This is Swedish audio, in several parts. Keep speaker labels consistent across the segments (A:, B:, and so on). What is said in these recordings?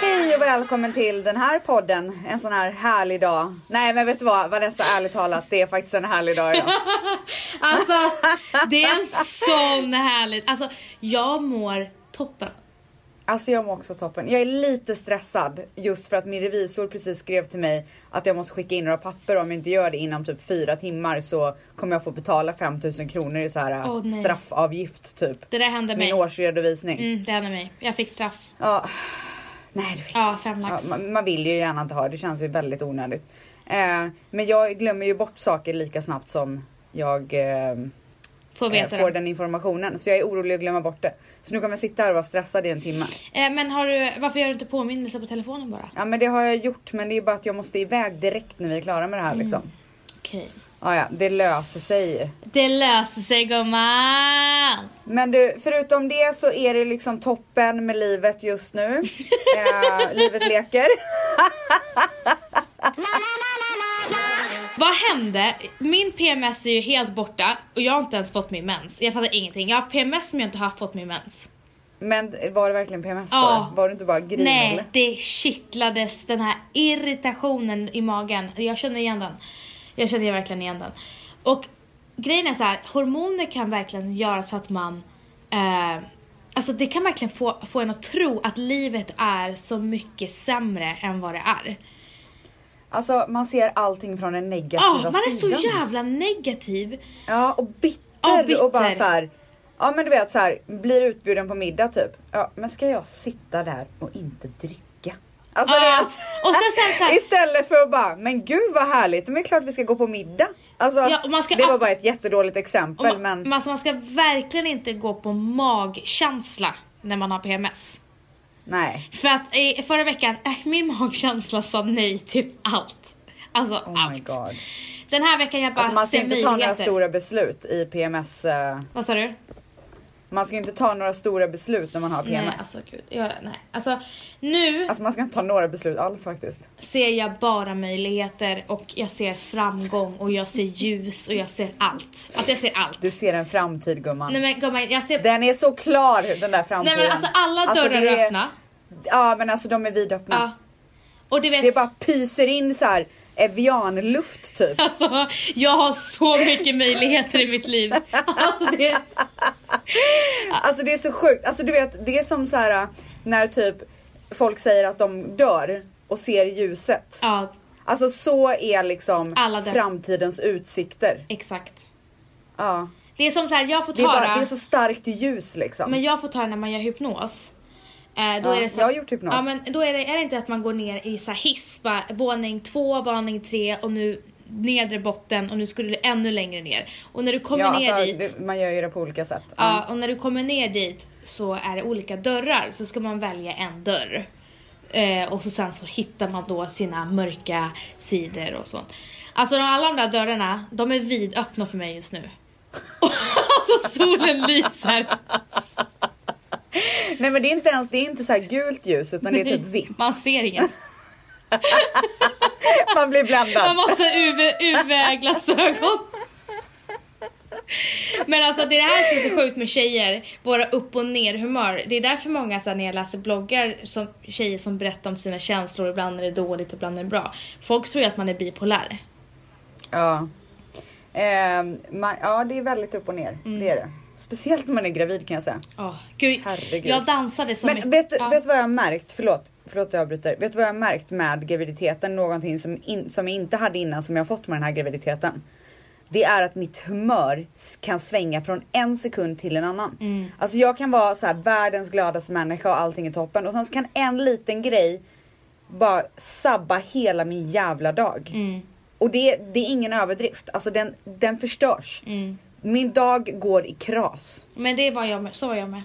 A: Hej och välkommen till den här podden. En sån här härlig dag. Nej men vet du vad Vanessa, ärligt talat, det är faktiskt en härlig dag idag.
B: Alltså, det är en sån härlig... Alltså, jag mår toppen.
A: Alltså jag mår också toppen. Jag är lite stressad just för att min revisor precis skrev till mig att jag måste skicka in några papper om jag inte gör det inom typ fyra timmar så kommer jag få betala 5000 kronor i så här
B: Åh, nej.
A: straffavgift typ.
B: Det där hände
A: Min
B: mig.
A: årsredovisning.
B: Mm, det hände mig. Jag fick straff.
A: Ja. Nej det fick jag
B: Ja,
A: inte.
B: fem lax.
A: Ja, man, man vill ju gärna inte ha det. Det känns ju väldigt onödigt. Eh, men jag glömmer ju bort saker lika snabbt som jag eh,
B: Får
A: eh,
B: veta
A: får
B: det.
A: den informationen. Så jag är orolig att glömma bort det. Så nu kommer jag sitta här och vara stressad i en timme.
B: Eh, Men har du, varför gör du inte påminnelse på telefonen bara?
A: Ja men det har jag gjort men det är bara att jag måste iväg direkt när vi är klara med det
B: Mm.
A: här liksom.
B: Okej.
A: Ja, ja, det löser sig.
B: Det löser sig gumman!
A: Men du, förutom det så är det liksom toppen med livet just nu. eh, livet leker.
B: Vad hände? Min PMS är ju helt borta och jag har inte ens fått min mens. Jag fattar ingenting. Jag har haft PMS men jag har inte haft fått min mens.
A: Men var det verkligen PMS då?
B: Ja.
A: Var du inte bara grin
B: Nej,
A: eller?
B: det kittlades den här irritationen i magen. Jag känner igen den. Jag känner verkligen igen den. Och grejen är så här, hormoner kan verkligen göra så att man... Eh, alltså det kan verkligen få, få en att tro att livet är så mycket sämre än vad det är.
A: Alltså man ser allting från den negativa
B: Ja, Ah, man är så
A: sidan.
B: jävla negativ.
A: Ja och bitter,
B: Ja, bitter.
A: och bara så här. Ja men du vet så här, blir utbjuden på middag typ. Ja men ska jag sitta där och inte dricka? Alltså
B: Ja,
A: du vet.
B: Ah, och sen- sen så här-
A: Istället för att bara, men gud vad härligt, men det är klart vi ska gå på middag. Alltså
B: Ja, och man ska
A: det var
B: ab-
A: bara ett jättedåligt
B: Och
A: exempel
B: man,
A: men
B: men alltså man ska verkligen inte gå på magkänsla när man har PMS.
A: nej.
B: För att eh, förra veckan, eh, min magkänsla sa nej till allt. Alltså
A: Oh my
B: allt.
A: god.
B: Den här veckan jag bara
A: Alltså man ska
B: ser
A: inte ta några
B: möjligheter.
A: stora beslut i PMS. eh,
B: Vad sa du?
A: Man ska inte ta några stora beslut när man har PMS.
B: Nej alltså gud. Jag, nej. Alltså, nu
A: Alltså man ska inte ta några beslut alls faktiskt.
B: ser jag bara möjligheter och jag ser framgång och jag ser ljus och jag ser allt. Alltså jag ser allt.
A: Du ser en framtid gumman.
B: Nej men gumman, jag ser...
A: Den är så klar den där
B: Nej
A: framtiden.
B: men alltså alla dörrar
A: det
B: är
A: är
B: öppna.
A: Ja men alltså de är vidöppna.
B: Ja. Och du vet...
A: Det bara pyser in så här evianluft typ.
B: Alltså, jag har så mycket möjligheter i mitt liv. Alltså det...
A: Alltså det är så sjukt. Alltså du vet det är som så här äh, när typ folk säger att de dör och ser ljuset.
B: Ja,
A: Alltså så är liksom
B: Alla dör.
A: framtidens utsikter.
B: exakt.
A: Ja.
B: Det är som så här, jag får
A: Det är,
B: ta
A: bara, det är så starkt ljus liksom.
B: Men jag får ta det när man gör hypnos. Eh, då
A: Ja,
B: är det så
A: jag har gjort hypnos.
B: Ja, men då är det, är det inte att man går ner i så här hiss, bara, våning två, våning tre och nu nedre botten och nu skulle du ännu längre ner. Och när du kommer
A: ja,
B: ner
A: alltså,
B: dit,
A: det- man gör ju det på olika sätt.
B: ja, och när du kommer ner dit så är det olika dörrar så ska man välja en dörr. Eh, och så sen så hittar man då sina mörka sidor och sånt. Alltså de, alla de där dörrarna, de är vidöppna för mig just nu. alltså solen lyser.
A: Nej men det är inte ens, det är inte så här gult ljus utan det är typ vitt.
B: Man ser inget.
A: Man blir bländad.
B: Man måste UV-glasögon. Men alltså det är det här som är så sjukt med tjejer, våra upp och ner humör. Det är därför många så här, när jag läser bloggar som tjejer som berättar om sina känslor, ibland är det dåligt, ibland är det bra. Folk tror ju att man är bipolär.
A: Ja. Ehm, man, ja, det är väldigt upp och ner. Det är det. Speciellt när man är gravid kan jag säga.
B: Oh, gud.
A: Herregud.
B: Jag dansade så mycket.
A: Men vet du,
B: Ja.
A: vet du vad jag har märkt? Förlåt, förlåt att jag avbryter. Vet du vad jag har märkt med graviditeten? Någonting som, in, som jag inte hade innan som jag har fått med den här graviditeten. Det är att mitt humör s- kan svänga från en sekund till en annan.
B: Mm.
A: Alltså jag kan vara så här världens gladaste människa och allting är toppen och sen så kan en liten grej bara sabba hela min jävla dag.
B: Mm.
A: Och det, det är ingen överdrift. Alltså den, den förstörs.
B: Mm.
A: Min dag går i kras.
B: Men det var jag med. Så var jag med.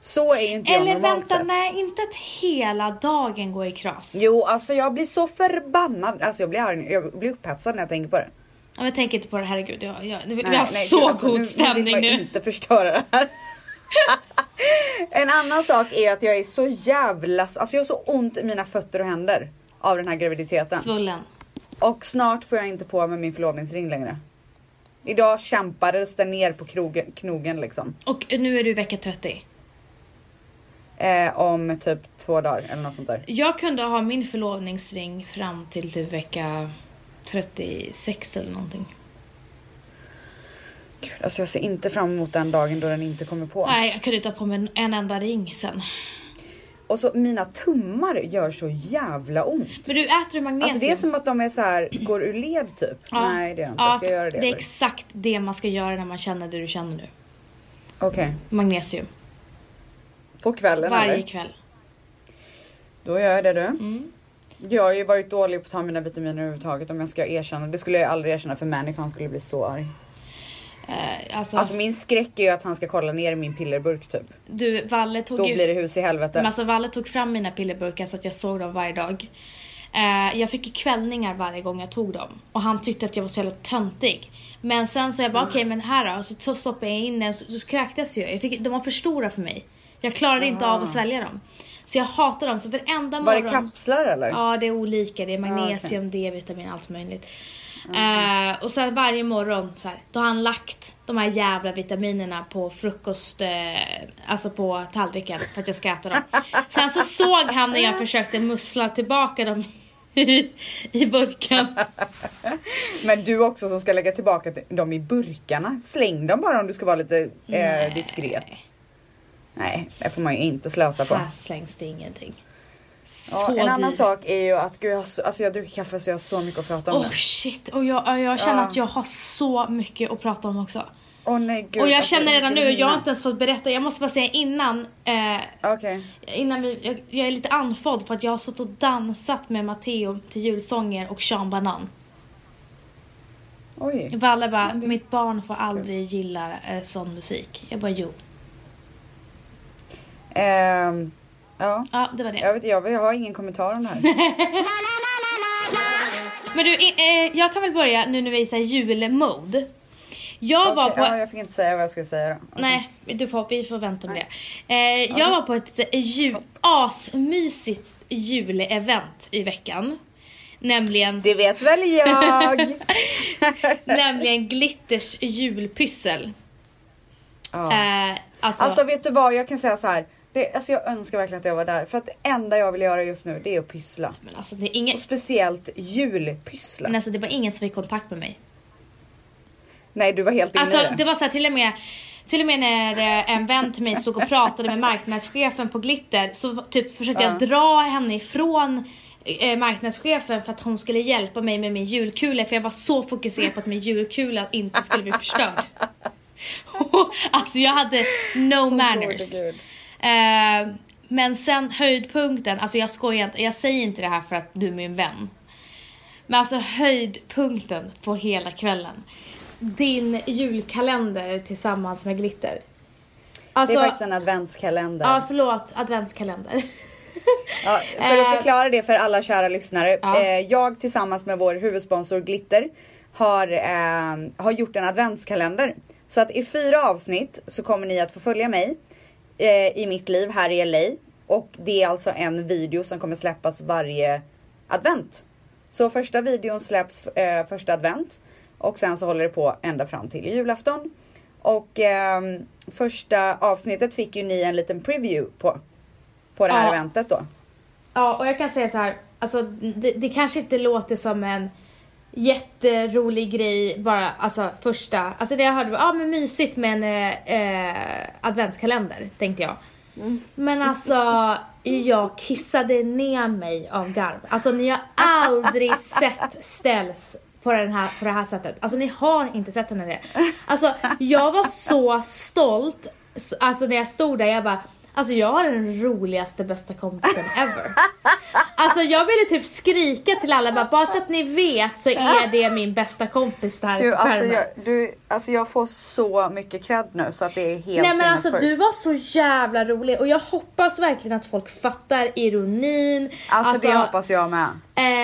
A: Så är ju inte jag
B: Eller
A: normalt
B: vänta,
A: sett.
B: nej inte att hela dagen går i kras.
A: Jo, alltså jag blir så förbannad. Alltså jag blir arg, jag blir upphetsad när jag tänker på det.
B: Ja, men tänk inte på det, herregud. Jag, jag, vi
A: Nej,
B: har
A: nej,
B: så
A: gud, alltså,
B: god
A: nu,
B: stämning
A: nu.
B: nu.
A: vill man inte förstöra det här. En annan sak är att jag är så jävla... Alltså jag har så ont i mina fötter och händer av den här graviditeten.
B: Svullen.
A: Och snart får jag inte på mig min förlovningsring längre. Idag kämpades den ner på krogen, knogen liksom.
B: Och nu är du i vecka 30.
A: Eh, om typ två dagar eller något sånt där.
B: Jag kunde ha min förlovningsring fram till typ vecka 36 eller någonting.
A: Gud, alltså jag ser inte fram emot den dagen då den inte kommer på.
B: Nej, jag kunde inte ha på mig en enda ring sen.
A: Och så mina tummar gör så jävla ont.
B: Men du äter du magnesium?
A: Alltså det är som att de är så här, går ur led typ.
B: Ja.
A: Nej det är jag inte.
B: Ja,
A: Ska jag göra det?
B: Det är
A: eller?
B: exakt det man ska göra när man känner det du känner nu.
A: Okej.
B: Magnesium.
A: På kvällen
B: Varje
A: eller? Mm.
B: kväll.
A: Då gör jag det du. Jag har ju varit dålig på att ta mina vitaminer överhuvudtaget om jag ska erkänna. Det skulle jag aldrig erkänna för Manny för han skulle bli så arg.
B: Eh, alltså,
A: Alltså min skräck är ju att han ska kolla ner i min pillerburk typ.
B: du, Valle tog
A: Då
B: ju...
A: blir det hus i
B: Men
A: helvete.
B: alltså Valle tog fram mina pillerburkar så att jag såg dem varje dag. Eh, jag fick ju kvällningar varje gång jag tog dem. Och han tyckte att jag var så jävla töntig. Men sen så jag bara, okej men här då. Så, så stoppade jag in den, så, så kräktes jag. jag fick, de var för stora för mig. Jag klarade inte av att svälja dem. Så jag hatar dem, så varenda
A: Ah. Var det
B: morgon...
A: kapslar eller?
B: Ja, det är olika. Det är magnesium, D-vitamin, allt möjligt. Eh, och sen varje morgon så här, då har han lagt de här jävla vitaminerna på frukost, eh, alltså på tallriken för att jag ska äta dem. Sen så såg han när jag försökte mussla tillbaka dem i, i burken.
A: Men du också som ska lägga tillbaka till- dem i burkarna. Släng dem bara om du ska vara lite eh, diskret. Nej, det får man ju inte slösa på.
B: Här slängs det ingenting.
A: Ja,
B: Så
A: en annan
B: dyrt.
A: sak är ju att gud, jag, har så- alltså jag dricker kaffe så jag har så mycket att prata om.
B: Oh
A: nu.
B: shit, och jag, jag känner
A: Ja.
B: att jag har så mycket att prata om också.
A: Åh nej gud.
B: och jag
A: alltså,
B: känner
A: vi
B: redan
A: skulle
B: nu, jag har
A: hinna.
B: inte ens fått berätta, jag måste bara säga innan eh,
A: Okej.
B: Innan vi, jag, jag är lite andfådd för att jag har suttit och dansat med Matteo till julsånger och Sean Banan.
A: Oj.
B: Valle bara,
A: Mm.
B: mitt barn får aldrig gilla eh, sån musik. Jag bara, jo.
A: Ehm, ja.
B: Ja, det var det.
A: Jag, vet, jag, vet- jag har ingen kommentar om det här.
B: Men du, i- eh, jag kan väl börja nu när vi är i så här julmode. Jag var
A: Okej,
B: på...
A: ja, jag fick inte säga vad jag skulle säga då.
B: Nej, du får, vi får vänta med det. Eh, jag var på ett ju, asmysigt julevent i veckan. Nämligen,
A: Det vet väl jag.
B: nämligen Glitters julpyssel.
A: ja.
B: Eh,
A: Alltså vet du vad, jag kan säga så här. Det, alltså jag önskar verkligen att jag var där för att det enda jag vill göra just nu det är att pyssla.
B: Men alltså det, är ingen,
A: Och speciellt julpyssla.
B: men alltså det var ingen som fick kontakt med mig.
A: Nej du var helt inne
B: Alltså
A: i det.
B: det var så här, till och med till och med när eh, en vän till mig stod och pratade med marknadschefen på Glitter så typ försökte jag dra henne ifrån eh, marknadschefen för att hon skulle hjälpa mig med min julkula för jag var så fokuserad på att min julkula inte skulle bli förstörd. alltså jag hade no manners.
A: gode gud.
B: Eh, men sen höjdpunkten, alltså jag skojar inte, jag säger inte det här för att du är min vän. Men alltså höjdpunkten på hela kvällen. Din julkalender tillsammans med glitter.
A: Det
B: Alltså,
A: är faktiskt en adventskalender.
B: ja förlåt, adventskalender.
A: Ja, för att
B: Eh,
A: förklara det för alla kära lyssnare.
B: Ja.
A: Eh, jag tillsammans med vår huvudsponsor Glitter har, eh, har gjort en adventskalender. Så att i fyra avsnitt så kommer ni att få följa mig eh, i mitt liv här i LA. Och det är alltså en video som kommer släppas varje advent. Så första videon släpps eh, första advent och sen så håller det på ända fram till julafton. Och ehm, första avsnittet fick ju ni en liten preview på. På det här
B: Ja.
A: eventet då.
B: Ja, och jag kan säga så här, alltså det, det kanske inte låter som en jätterolig grej bara, alltså första, alltså det jag hörde var, ja men mysigt med en eh, eh, adventskalender, tänkte jag. Men alltså, jag kissade ner mig av garv. Alltså ni har aldrig sett ställs på, den här, på det här sättet. Alltså ni har inte sett henne det. Alltså jag var så stolt, S- alltså när jag stod där, jag bara, alltså jag har den roligaste bästa kompisen ever. Alltså jag ville typ skrika till alla, bara, bara så att ni vet så är det min bästa kompis där
A: Gud,
B: på skärmen.
A: alltså, jag, du, alltså jag får så mycket cred nu så att det är helt
B: Nej men alltså
A: sinnessjukt.
B: du var så jävla rolig och jag hoppas verkligen att folk fattar ironin.
A: Alltså, det hoppas jag med.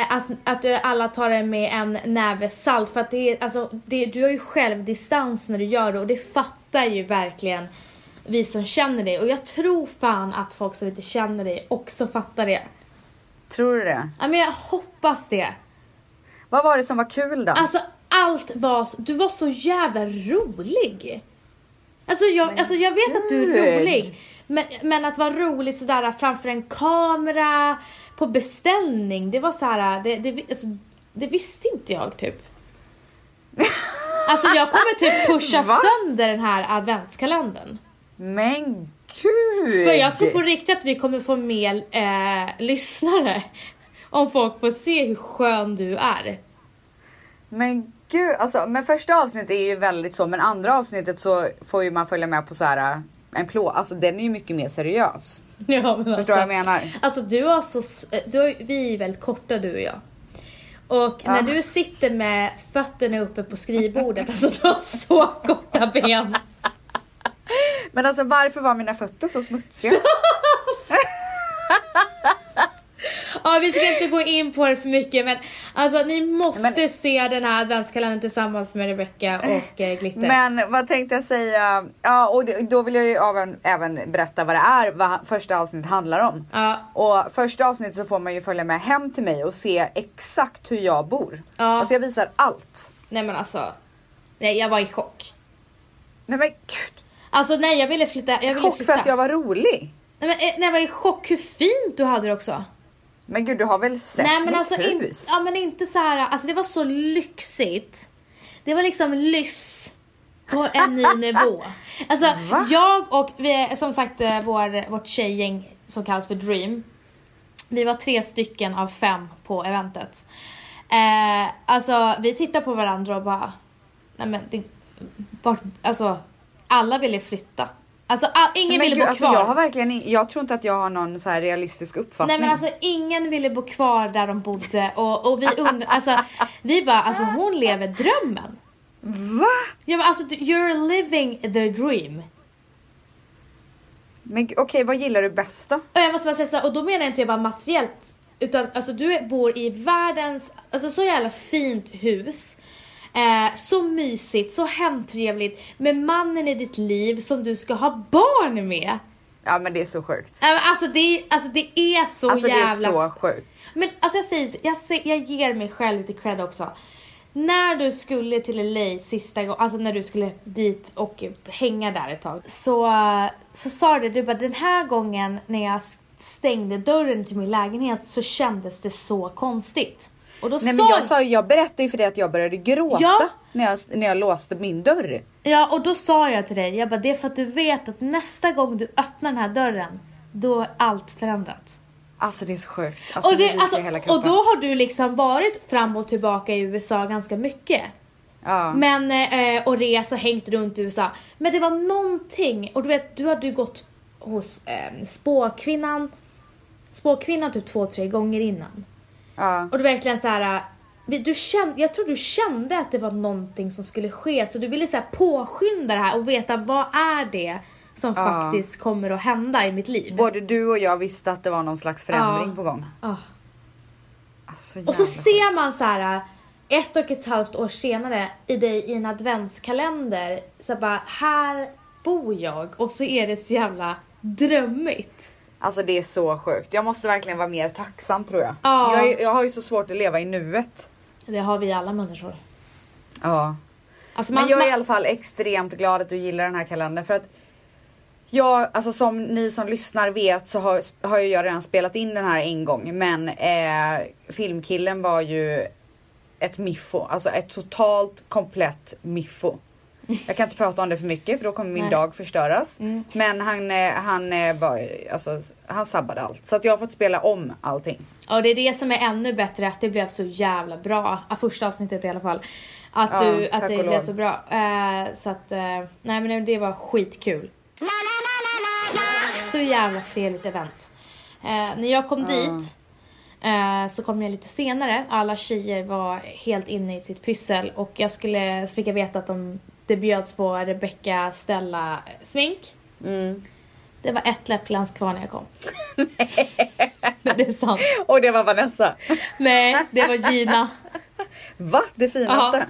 B: eh, att, att eh, alla tar det med en näve salt för att det är, alltså, det, du har ju själv distans när du gör det och det fattar ju verkligen vi som känner dig. Och jag tror fan att folk som inte känner dig också fattar det.
A: Tror du det?
B: Ja, men jag hoppas det.
A: Vad var det som var kul då?
B: Alltså allt var, så- du var så jävla rolig. Alltså jag, alltså, jag vet att du är
A: gud.
B: rolig. Men, men att vara rolig sådär framför en kamera, på beställning, det var såhär, det, det, alltså, det visste inte jag typ. Alltså jag kommer typ pusha
A: Va?
B: sönder den här adventskalendern.
A: Men gud!
B: För jag tror på riktigt att vi kommer få mer eh, lyssnare. Om folk får se hur skön du är.
A: Men gud, alltså, men första avsnittet är ju väldigt så, men andra avsnittet så får ju man följa med på så här en plå, alltså den är ju mycket mer seriös.
B: Ja, men
A: Förstår vad jag menar?
B: Alltså du har så, s- eh, du har, vi är väldigt korta du och jag. Och när
A: Ja.
B: du sitter med fötterna uppe på skrivbordet, alltså du har så korta ben.
A: Men alltså varför var mina fötter så smutsiga?
B: Ja vi ska inte gå in på det för mycket men alltså ni måste
A: Men-
B: se den här adventskalendern tillsammans med Rebecca och eh, Glitter.
A: Men vad tänkte jag säga? Ja, och det- då vill jag ju även, även berätta vad det är, vad ha- första avsnittet handlar om.
B: Ja.
A: Och första avsnittet så får man ju följa med hem till mig och se exakt hur jag bor.
B: Ja.
A: Alltså jag visar allt.
B: Nej men alltså, nej jag var i chock.
A: Nej men gud,
B: Alltså nej jag ville flytta, jag ville
A: chock för
B: flytta.
A: att jag var rolig.
B: nej, men, eh, nej jag var i chock hur fint du hade det också.
A: Men gud du har väl sett
B: Nej men
A: mitt
B: alltså
A: hus?
B: in, ja, men inte så här, alltså det var så lyxigt. Det var liksom lyss på en ny nivå. Alltså
A: Va?
B: jag och vi, som sagt eh, vår, vårt tjejgäng som kallas för Dream. Vi var tre stycken av fem på eventet. Eh, alltså vi tittade på varandra och bara, nej men det, vart, alltså alla ville flytta. Alltså all, ingen
A: Men
B: ville
A: gud,
B: bo
A: alltså
B: kvar.
A: jag har verkligen in, jag tror inte att jag har någon så här realistisk uppfattning.
B: Nej men alltså ingen ville bo kvar där de bodde och, och vi undrar, alltså vi bara alltså hon lever drömmen.
A: Va?
B: Ja men alltså du- you're living the dream.
A: Men gud, okej, vad gillar du bäst då?
B: Och jag måste bara säga så, här, och då menar jag inte jag bara materiellt utan alltså du är- bor i världens, alltså så jävla fint hus. Eh, så mysigt, så hemtrevligt med mannen i ditt liv som du ska ha barn med.
A: Ja men det är så sjukt.
B: Eh, men Alltså det, alltså det är så
A: Alltså
B: jävla
A: det är så sjukt.
B: Men alltså jag säger, jag, säger, jag ger mig själv lite cred också. När du skulle till LA sista gången, alltså när du skulle dit och hänga där ett tag. Så, så sa du, du bara den här gången när jag stängde dörren till min lägenhet så kändes det så konstigt. Och då
A: Nej
B: sa,
A: men jag sa ju- jag berättade ju för dig att jag började gråta
B: Ja.
A: när, jag, när jag låste min dörr.
B: Ja och då sa jag till dig, jag bara det är för att du vet att nästa gång du öppnar den här dörren, då är allt förändrat.
A: Alltså det är så sjukt. Alltså,
B: och,
A: det,
B: det,
A: ryser
B: alltså,
A: i hela
B: och
A: kroppen.
B: då har du liksom varit fram och tillbaka i USA ganska mycket.
A: ja.
B: Men, eh, och res och hängt runt i USA. Men det var någonting, och du vet, du hade ju gått hos eh, spåkvinnan, spåkvinnan typ två, tre gånger innan.
A: ja.
B: Och du verkligen så här. eh, vi- Du kände, jag tror du kände att det var någonting som skulle ske så du ville så här påskynda det här och veta vad är det som
A: Ja.
B: faktiskt kommer att hända i mitt liv.
A: Både du och jag visste att det var någon slags förändring
B: Ja.
A: på gång.
B: Ah.
A: Alltså,
B: Och så
A: jävla
B: ser man så här äh, ett och ett halvt år senare i dig i en adventskalender så bara här bor jag och så är det så jävla drömmigt.
A: Alltså det är så sjukt. Jag måste verkligen vara mer tacksam tror jag.
B: Ja.
A: Jag, är- jag har ju så svårt att leva i nuet.
B: Det har vi alla människor.
A: Ja.
B: Alltså
A: Men
B: man,
A: jag är i
B: man,
A: alla fall extremt glad att du gillar den här kalendern för att jag, alltså som ni som lyssnar vet så har, har ju jag redan spelat in den här en gång men eh, filmkillen var ju ett miffo, alltså ett totalt komplett miffo. Jag kan inte prata om det för mycket för då kommer min
B: Nej.
A: dag förstöras.
B: Mm.
A: Men han, eh, han, eh, var, alltså, han sabbade allt så att jag har fått spela om allting.
B: och det är det som är ännu bättre att det blev så jävla bra. Ja, Första avsnittet i alla fall. Att,
A: Ja,
B: du,
A: tack
B: att det
A: och
B: blev
A: lov.
B: så bra. Eh, så att, eh, nej men det var skitkul. Så jävla trevligt event. Eh, när jag kom dit eh, så kom jag lite senare. Alla tjejer var helt inne i sitt pyssel och jag skulle, så fick jag veta att de, det bjöds på Rebecca Stella eh, smink. Mm. Det var ett läppglans kvar när jag kom. Men det är sant.
A: Och det var Vanessa.
B: Nej, det var Gina.
A: Va? Det finaste.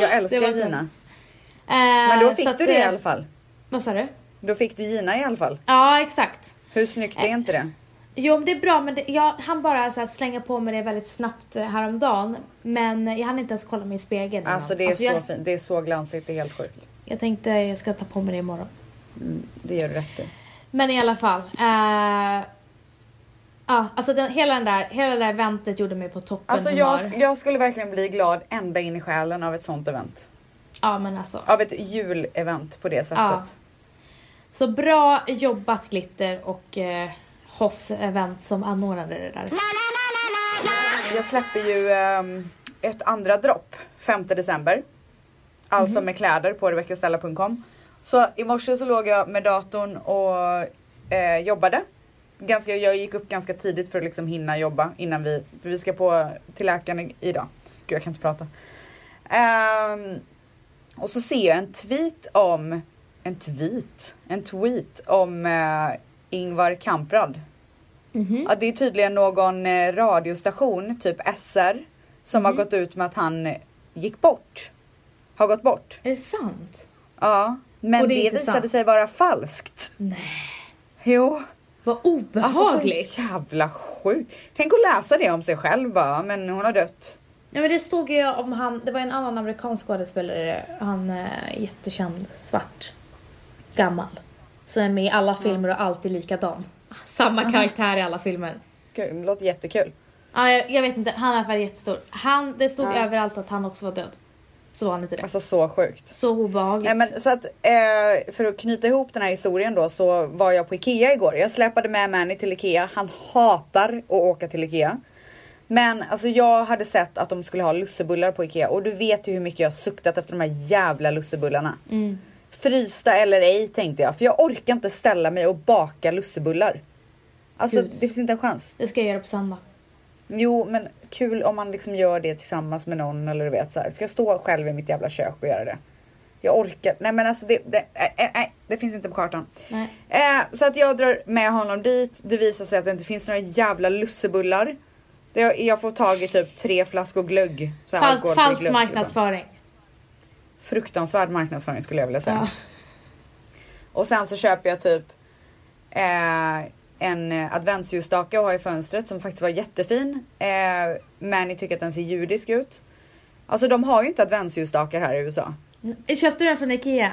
B: Ja.
A: Jag älskar
B: Det var-
A: Gina.
B: Eh,
A: Men då
B: så
A: fick
B: att,
A: du det i
B: eh,
A: alla fall.
B: Vad sa du?
A: Då fick du Gina i alla fall.
B: Ja, exakt.
A: Hur snyggt
B: Eh,
A: är inte det?
B: Jo, men det är bra, men det, jag hann bara så här, slänga på mig det väldigt snabbt eh, häromdagen. Men jag hann inte ens kolla mig i spegeln. innan.
A: Alltså det är så
B: jag,
A: fint. Det är så glansigt. Det är helt sjukt. Mm,
B: jag tänkte jag ska ta på mig det imorgon.
A: Det gör du rätt i.
B: Men i alla fall. Eh, ja, alltså den, hela, den där, hela det där eventet gjorde mig på toppen
A: Alltså
B: humör.
A: jag, sk- jag skulle verkligen bli glad ända in i själen av ett sånt event.
B: Ja, men alltså.
A: Av ett julevent på det sättet.
B: Så bra jobbat Glitter och eh, Hoss Event som anordnade det där.
A: Jag släpper ju ehm, ett andra dropp 5 december. Alltså med kläder på rebeccastella.com. Så i morse så låg jag med datorn och eh, jobbade. Ganska, jag gick upp ganska tidigt för att liksom hinna jobba innan vi, för vi ska på till läkaren i- idag. Gud jag kan inte prata. Ehm, och så ser jag en tweet om, en tweet, en tweet om eh, Ingvar Kamprad.
B: Mm-hmm.
A: Ja, det är tydligen någon eh, radiostation, typ SR, som
B: Mm.
A: har gått ut med att han eh, gick bort. Har gått bort.
B: Är det sant?
A: Ja, men
B: Och
A: det,
B: det är inte
A: visade
B: sant.
A: sig vara falskt.
B: Nej.
A: Jo,
B: Vad
A: alltså så
B: obehagligt.
A: jävla sjukt. Tänk att läsa det om sig själv bara, men hon har dött.
B: Nej men det stod ju om han, det var en annan amerikansk skådespelare, han är jättekänd, svart, gammal. Som är med i alla filmer och alltid likadan. Samma karaktär i alla filmer.
A: Gud, det låter jättekul.
B: Ja, jag, jag vet inte, han är i alla fall jättestor. Han, det stod
A: Ja.
B: överallt att han också var död. Så var han inte det.
A: Alltså så sjukt.
B: Så obehagligt.
A: Nej, men, så att, eh, för att knyta ihop den här historien då så var jag på Ikea igår. Jag släpade med Manny till Ikea. Han hatar att åka till Ikea. Men alltså jag hade sett att de skulle ha lussebullar på Ikea och du vet ju hur mycket jag har suktat efter de här jävla lussebullarna.
B: Mm.
A: Frysta eller ej tänkte jag för jag orkar inte ställa mig och baka lussebullar. Alltså
B: Gud.
A: det finns inte en chans.
B: Det ska jag göra på söndag.
A: Jo men kul om man liksom gör det tillsammans med någon eller du vet så här. Ska jag stå själv i mitt jävla kök och göra det? Jag orkar. Nej men alltså det, det, äh, äh, äh, det finns inte på kartan.
B: Nej.
A: Eh, så att jag drar med honom dit. Det visar sig att det inte finns några jävla lussebullar. Det, jag, jag får tag i typ tre flaskor glögg. Så här
B: Falsk,
A: alkoholfri
B: falsk
A: glögg.
B: marknadsföring.
A: Fruktansvärd marknadsföring skulle jag vilja säga.
B: Ja.
A: Och sen så köper jag typ eh, en eh, adventsljusstake och har i fönstret som faktiskt var jättefin. Eh, Manny tycker att den ser judisk ut. Alltså de har ju inte adventsljusstakar här i USA.
B: Köpte du den från Ikea?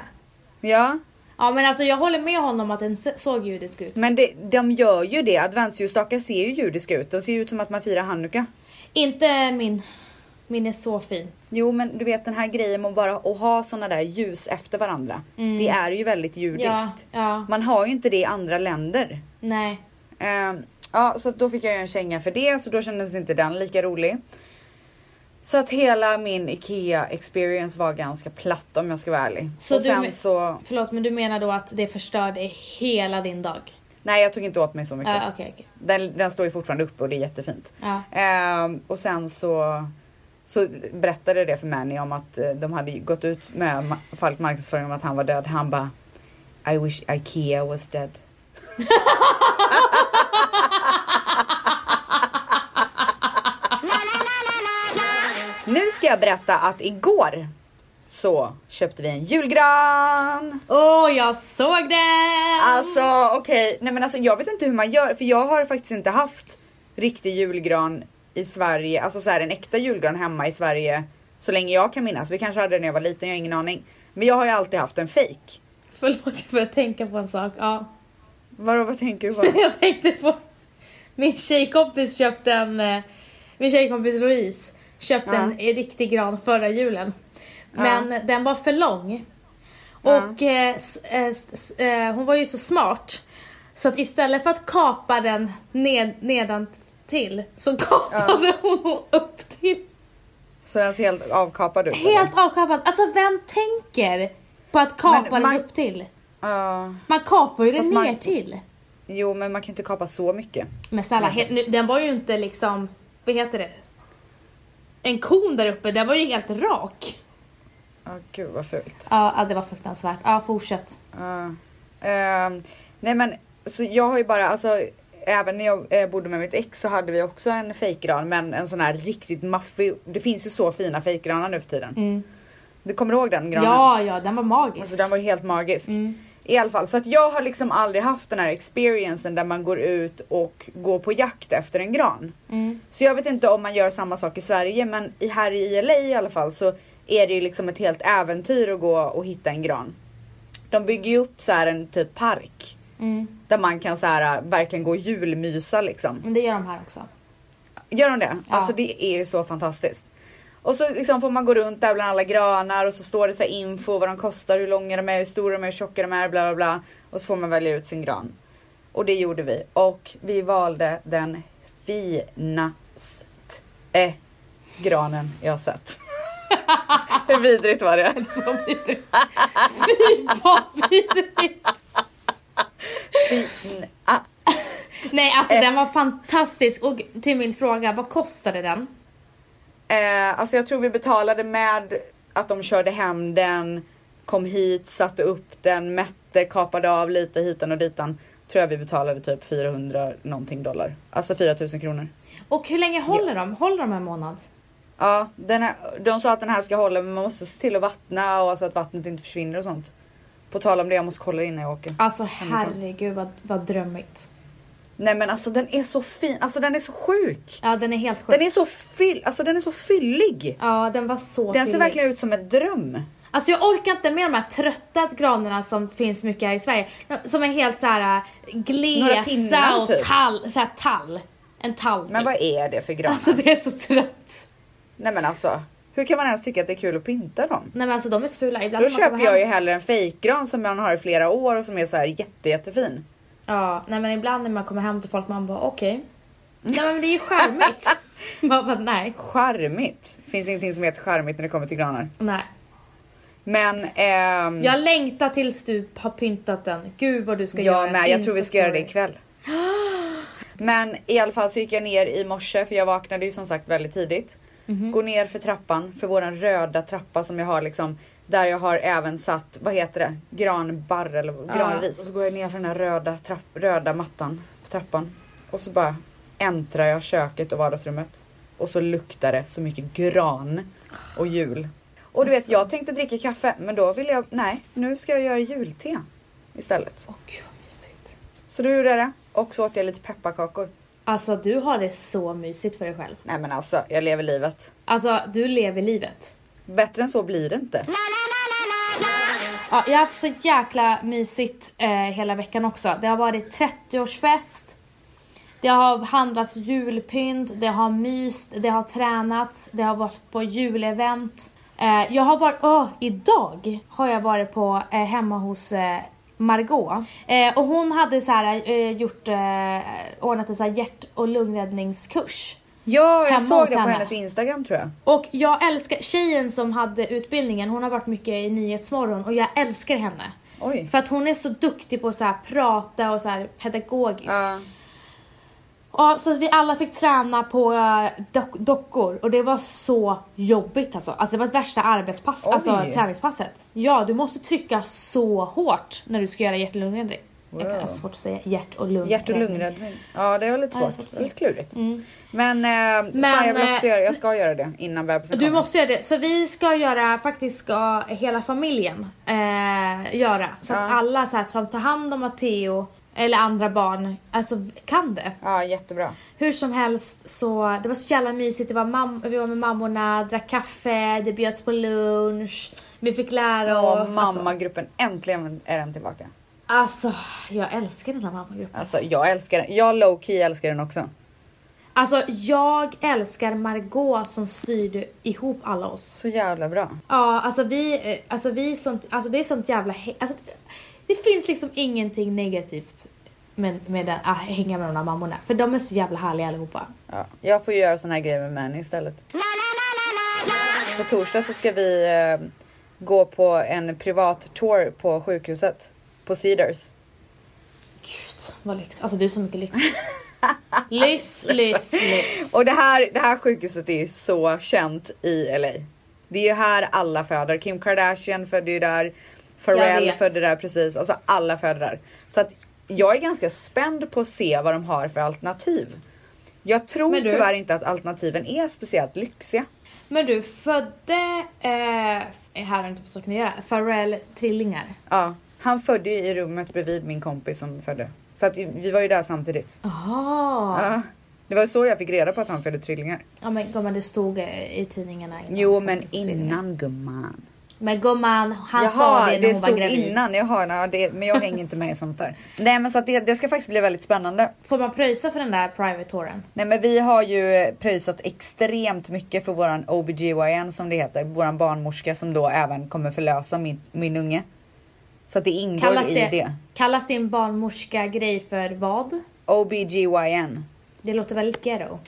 A: Ja,
B: Ja men alltså jag håller med honom att den s- såg judisk ut.
A: men det, de gör ju det. Adventsljusstakar ser ju judiska ut. De ser ju ut som att man firar hanukka.
B: Inte min. Min är så fin.
A: Jo, men du vet den här grejen med att bara att ha såna där ljus efter varandra. Det är ju väldigt judiskt.
B: Ja, ja.
A: Man har ju inte det i andra länder.
B: Nej.
A: Ehm, ja, så att då fick jag ju en känga för det, så då kändes inte den lika rolig. Så att hela min IKEA experience var ganska platt om jag ska vara ärlig.
B: Så
A: och
B: du
A: sen
B: men-
A: så,
B: Förlåt men du menar då att det förstörde hela din dag?
A: nej jag tog inte åt mig så mycket.
B: Ja, Okej, okej.
A: Den, den står ju fortfarande uppe och det är jättefint.
B: Ja.
A: Ehm, och sen så, så berättade jag det för Manny om att eh, de hade ju gått ut med ma- falsk marknadsföring om att han var död. Han bara I wish IKEA was dead. nu ska jag berätta att igår så köpte vi en julgran.
B: Åh, jag såg den!
A: Alltså okej, nej men alltså jag vet inte hur man gör för jag har faktiskt inte haft riktig julgran i Sverige, alltså så här en äkta julgran hemma i Sverige så länge jag kan minnas. Vi kanske hade det när jag var liten, jag har ingen aning. Men jag har ju alltid haft en fake.
B: Förlåt för att tänka på en sak. Ja.
A: Vadå vad tänker du på?
B: Jag tänkte på... Min tjejkompis köpte en... eh, Min tjejkompis Louise köpte
A: Ja.
B: en riktig gran förra julen. Men den var för lång.
A: Ja.
B: Och eh, s- eh, s- s- eh, hon var ju så smart. Så att istället för att kapa den ned, nedan till så kapade hon upp till
A: Så den ser helt avkapad ut? eller?
B: Helt avkapad. Alltså vem tänker på att kapa
A: Men
B: den
A: man-
B: upp till?
A: Ja.
B: Man kapar ju den
A: Fast
B: ner
A: man-
B: till.
A: jo men man kan inte kapa så mycket.
B: Men snälla, he- nu, den var ju inte liksom, vad heter det? En kon där uppe, den var ju helt rak.
A: Ja gud vad fult.
B: Ja, ja, det var fruktansvärt. Ja, fortsätt.
A: Ja. Ehm, nej men så jag har ju bara alltså Även när jag eh, bodde med mitt ex så hade vi också en fejkgran men en sån här riktigt maffig. Det finns ju så fina fejkgranar nu för tiden. Du kommer ihåg den granen?
B: Mm. Ja, ja, den var magisk.
A: Alltså den var ju helt magisk. I alla fall, så att jag har liksom aldrig haft den här experiencen där man går ut och går på jakt efter en gran.
B: Mm.
A: Så jag vet inte om man gör samma sak i Sverige men i, här i LA i alla fall så är det ju liksom ett helt äventyr att gå och hitta en gran. De bygger ju upp så här en typ park
B: Mm.
A: där man kan så här äh, verkligen gå och julmysa liksom.
B: Men det gör de här också.
A: Gör de det?
B: Ja.
A: Alltså det är ju så fantastiskt. Och så liksom får man gå runt där bland alla granar och så står det så här info vad de kostar, hur långa de är, hur stora de är, hur tjocka de är, bla bla bla. Och så får man välja ut sin gran. Och det gjorde vi. Och vi valde den finaste granen jag har sett. hur vidrigt var det?
B: Så vidrigt. Fy vad vidrigt.
A: Fina.
B: Nej alltså den var fantastisk och till min fråga, vad kostade den?
A: Eh, alltså jag tror vi betalade med att de körde hem den, kom hit, satte upp den, mätte, kapade av lite hitan och ditan. Tror jag vi betalade typ 400 någonting dollar. Alltså 4000 kronor.
B: Och hur länge håller de? Håller de en månad?
A: Ja, den här, de sa att den här ska hålla men man måste se till att vattna och alltså att vattnet inte försvinner och sånt. På tal om det, jag måste kolla innan jag åker.
B: Alltså herregud vad, vad drömmigt.
A: Nej men alltså den är så fin, alltså den är så sjuk.
B: Ja den är helt sjuk.
A: Den är så, fyll, alltså, den är så fyllig.
B: Ja den var så
A: Den ser
B: fyllig.
A: verkligen ut som en dröm.
B: Alltså jag orkar inte med de här trötta granarna som finns mycket här i Sverige. De- Som är helt så här äh,
A: Några
B: glesa
A: pinnar,
B: och
A: typ.
B: tall. Så här tall. En tall
A: Men
B: typ.
A: vad är det för gran?
B: Alltså det är så trött.
A: Nej men alltså, hur kan man ens tycka att det är kul att pynta dem?
B: Nej men alltså de är så fula. Ibland
A: Då
B: när man
A: köper
B: kommer
A: jag ju
B: hem-
A: hellre en fejkgran som man har i flera år och som är så här jätte, jättefin.
B: Ja, nej men ibland när man kommer hem till folk man bara okej. Nej men det är ju charmigt. man bara nej.
A: Charmigt. Finns ingenting som heter charmigt när det kommer till granar.
B: Nej.
A: Men ehm,
B: Jag längtar tills du har pyntat den. Gud vad du ska göra
A: jag
B: en
A: med, jag tror vi ska göra det
B: Insta-story.
A: ikväll. Men i alla fall så gick jag ner i morse för jag vaknade ju som sagt väldigt tidigt.
B: Mhm.
A: Går ner för trappan, för våran röda trappa som jag har liksom där jag har även satt, vad heter det, granbarr eller granris. Och så går jag ner för den här röda, trapp, röda mattan på trappan och så bara äntrar jag köket och vardagsrummet och så luktar det så mycket gran och jul. Och du
B: Alltså.
A: vet, jag tänkte dricka kaffe men då ville jag, nej, nu ska jag göra julte istället.
B: Åh gud vad mysigt.
A: Så då gjorde jag det och så åt jag lite pepparkakor.
B: Alltså du har det så mysigt för dig själv.
A: Nej men alltså, jag lever livet.
B: Alltså du lever livet.
A: Bättre än så blir det inte.
B: Ja, jag har haft så jäkla mysigt eh, hela veckan också. Det har varit 30-årsfest. Det har handlats julpynt, det har myst, det har tränats, det har varit på julevent. Eh, jag har varit, åh, idag har jag varit på eh, hemma hos eh, Margot. Eh, och hon hade så här, eh, gjort, eh, ordnat en så här hjärt och lungräddningskurs.
A: Ja, jag
B: Hemma hos
A: såg det på
B: henne.
A: hennes instagram tror jag.
B: Och jag älskar tjejen som hade utbildningen, hon har varit mycket i Nyhetsmorgon och jag älskar henne.
A: Oj.
B: För att hon är så duktig på att så här prata och så här pedagogiskt.
A: Ja.
B: Ja, så att vi alla fick träna på eh, dock- dockor och det var så jobbigt alltså. Alltså det var värsta arbetspass,
A: Oj.
B: alltså träningspasset. Ja, du måste trycka så hårt när du ska göra hjärt och lungräddning. Jag kan- jag har svårt att säga hjärt och lungräddning.
A: Hjärt och lungräddning. Ja, det var lite
B: Ja, det är
A: svårt.
B: svårt att
A: Det var lite klurigt. Men, eh,
B: Men,
A: fan, jag vill också
B: eh,
A: göra Jag ska göra det innan bebisen
B: Du
A: kommer.
B: måste göra det. Så vi ska göra, faktiskt ska hela familjen eh, göra. Så att
A: Ja.
B: alla så här, som tar hand om Matteo eller andra barn, alltså kan det.
A: Ja, jättebra.
B: Hur som helst så, det var så jävla mysigt. Det var mam- vi var med mammorna, drack kaffe, det bjöds på lunch. Vi fick lära
A: Och
B: oss.
A: mammagruppen, äntligen är den tillbaka.
B: Alltså, alltså, jag älskar den här mammagruppen.
A: Alltså jag älskar den. Jag low key älskar den också.
B: Alltså, jag älskar Margot som styrde ihop alla oss.
A: Så jävla bra.
B: Ja, alltså vi, eh, alltså vi som, alltså det är sånt jävla, he- alltså det finns liksom ingenting negativt med, med den, att hänga med de här mammorna. För de är så jävla härliga allihopa.
A: Ja. Jag får ju göra såna här grejer med Manny istället. På torsdag så ska vi eh, gå på en privat tour på sjukhuset. På Cedars.
B: Gud, vad lyx. Alltså du är så mycket lyx. lyx, lyx, lyx.
A: Och det här, det här sjukhuset är ju så känt i LA. Det är ju här alla föder. Kim Kardashian födde ju där. Pharrell
B: vet.
A: födde där precis. Alltså alla föder där. Så att jag är ganska spänd på att se vad de har för alternativ. Jag tror
B: Men du-
A: tyvärr inte att alternativen är speciellt lyxiga.
B: Men du, födde, eh, här har jag inte på saken att göra, Pharrell trillingar.
A: Ja. Han födde ju i rummet bredvid min kompis som födde. Så att vi var ju där samtidigt.
B: Jaha.
A: Ja. Det var så jag fick reda på att han födde trillingar.
B: Ja men gumman det stod eh, i tidningarna. innan.
A: Jo
B: Jag
A: men
B: skulle få se det.
A: innan gumman.
B: Men gumman han sa
A: Jaha,
B: det
A: det,
B: när hon var
A: stod
B: gravid.
A: innan. Jaha, nej, det, men jag hänger inte med i sånt där. Nej men så att det, det ska faktiskt bli väldigt spännande.
B: Får man pröjsa för den där private touren?
A: Nej men vi har ju eh, pröjsat extremt mycket för våran OBGYN som det heter. Våran barnmorska som då även kommer förlösa min, min unge. Så att det ingår
B: Kallas
A: i
B: det,
A: det.
B: kallas din barnmorska grej för vad?
A: OBGYN.
B: Det låter väldigt ghetto.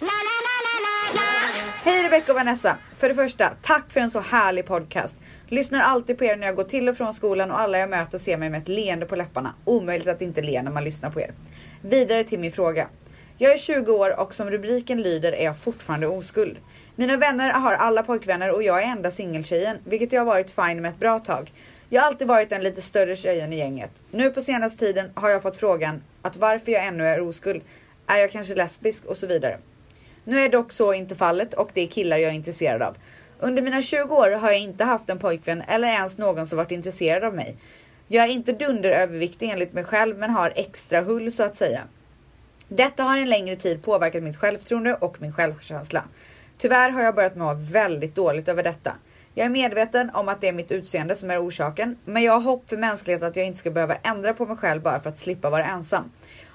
A: Hej Rebecca och Vanessa! För det första, tack för en så härlig podcast. Lyssnar alltid på er när jag går till och från skolan och alla jag möter ser mig med ett leende på läpparna. Omöjligt att inte le när man lyssnar på er. Vidare till min fråga. Jag är 20 år och som rubriken lyder är jag fortfarande oskuld. Mina vänner har alla pojkvänner och jag är enda singeltjejen, vilket jag har varit fine med ett bra tag. Jag har alltid varit den lite större tjejen i gänget. Nu på senaste tiden har jag fått frågan att varför jag ännu är oskuld. Är jag kanske lesbisk och så vidare. Nu är dock så inte fallet och det är killar jag är intresserad av. Under mina 20 år har jag inte haft en pojkvän eller ens någon som varit intresserad av mig. Jag är inte dunderöverviktig enligt mig själv men har extra hull så att säga. Detta har en längre tid påverkat mitt självförtroende och min självkänsla. Tyvärr har jag börjat må väldigt dåligt över detta. Jag är medveten om att det är mitt utseende som är orsaken, men jag har hopp för mänskligheten att jag inte ska behöva ändra på mig själv bara för att slippa vara ensam.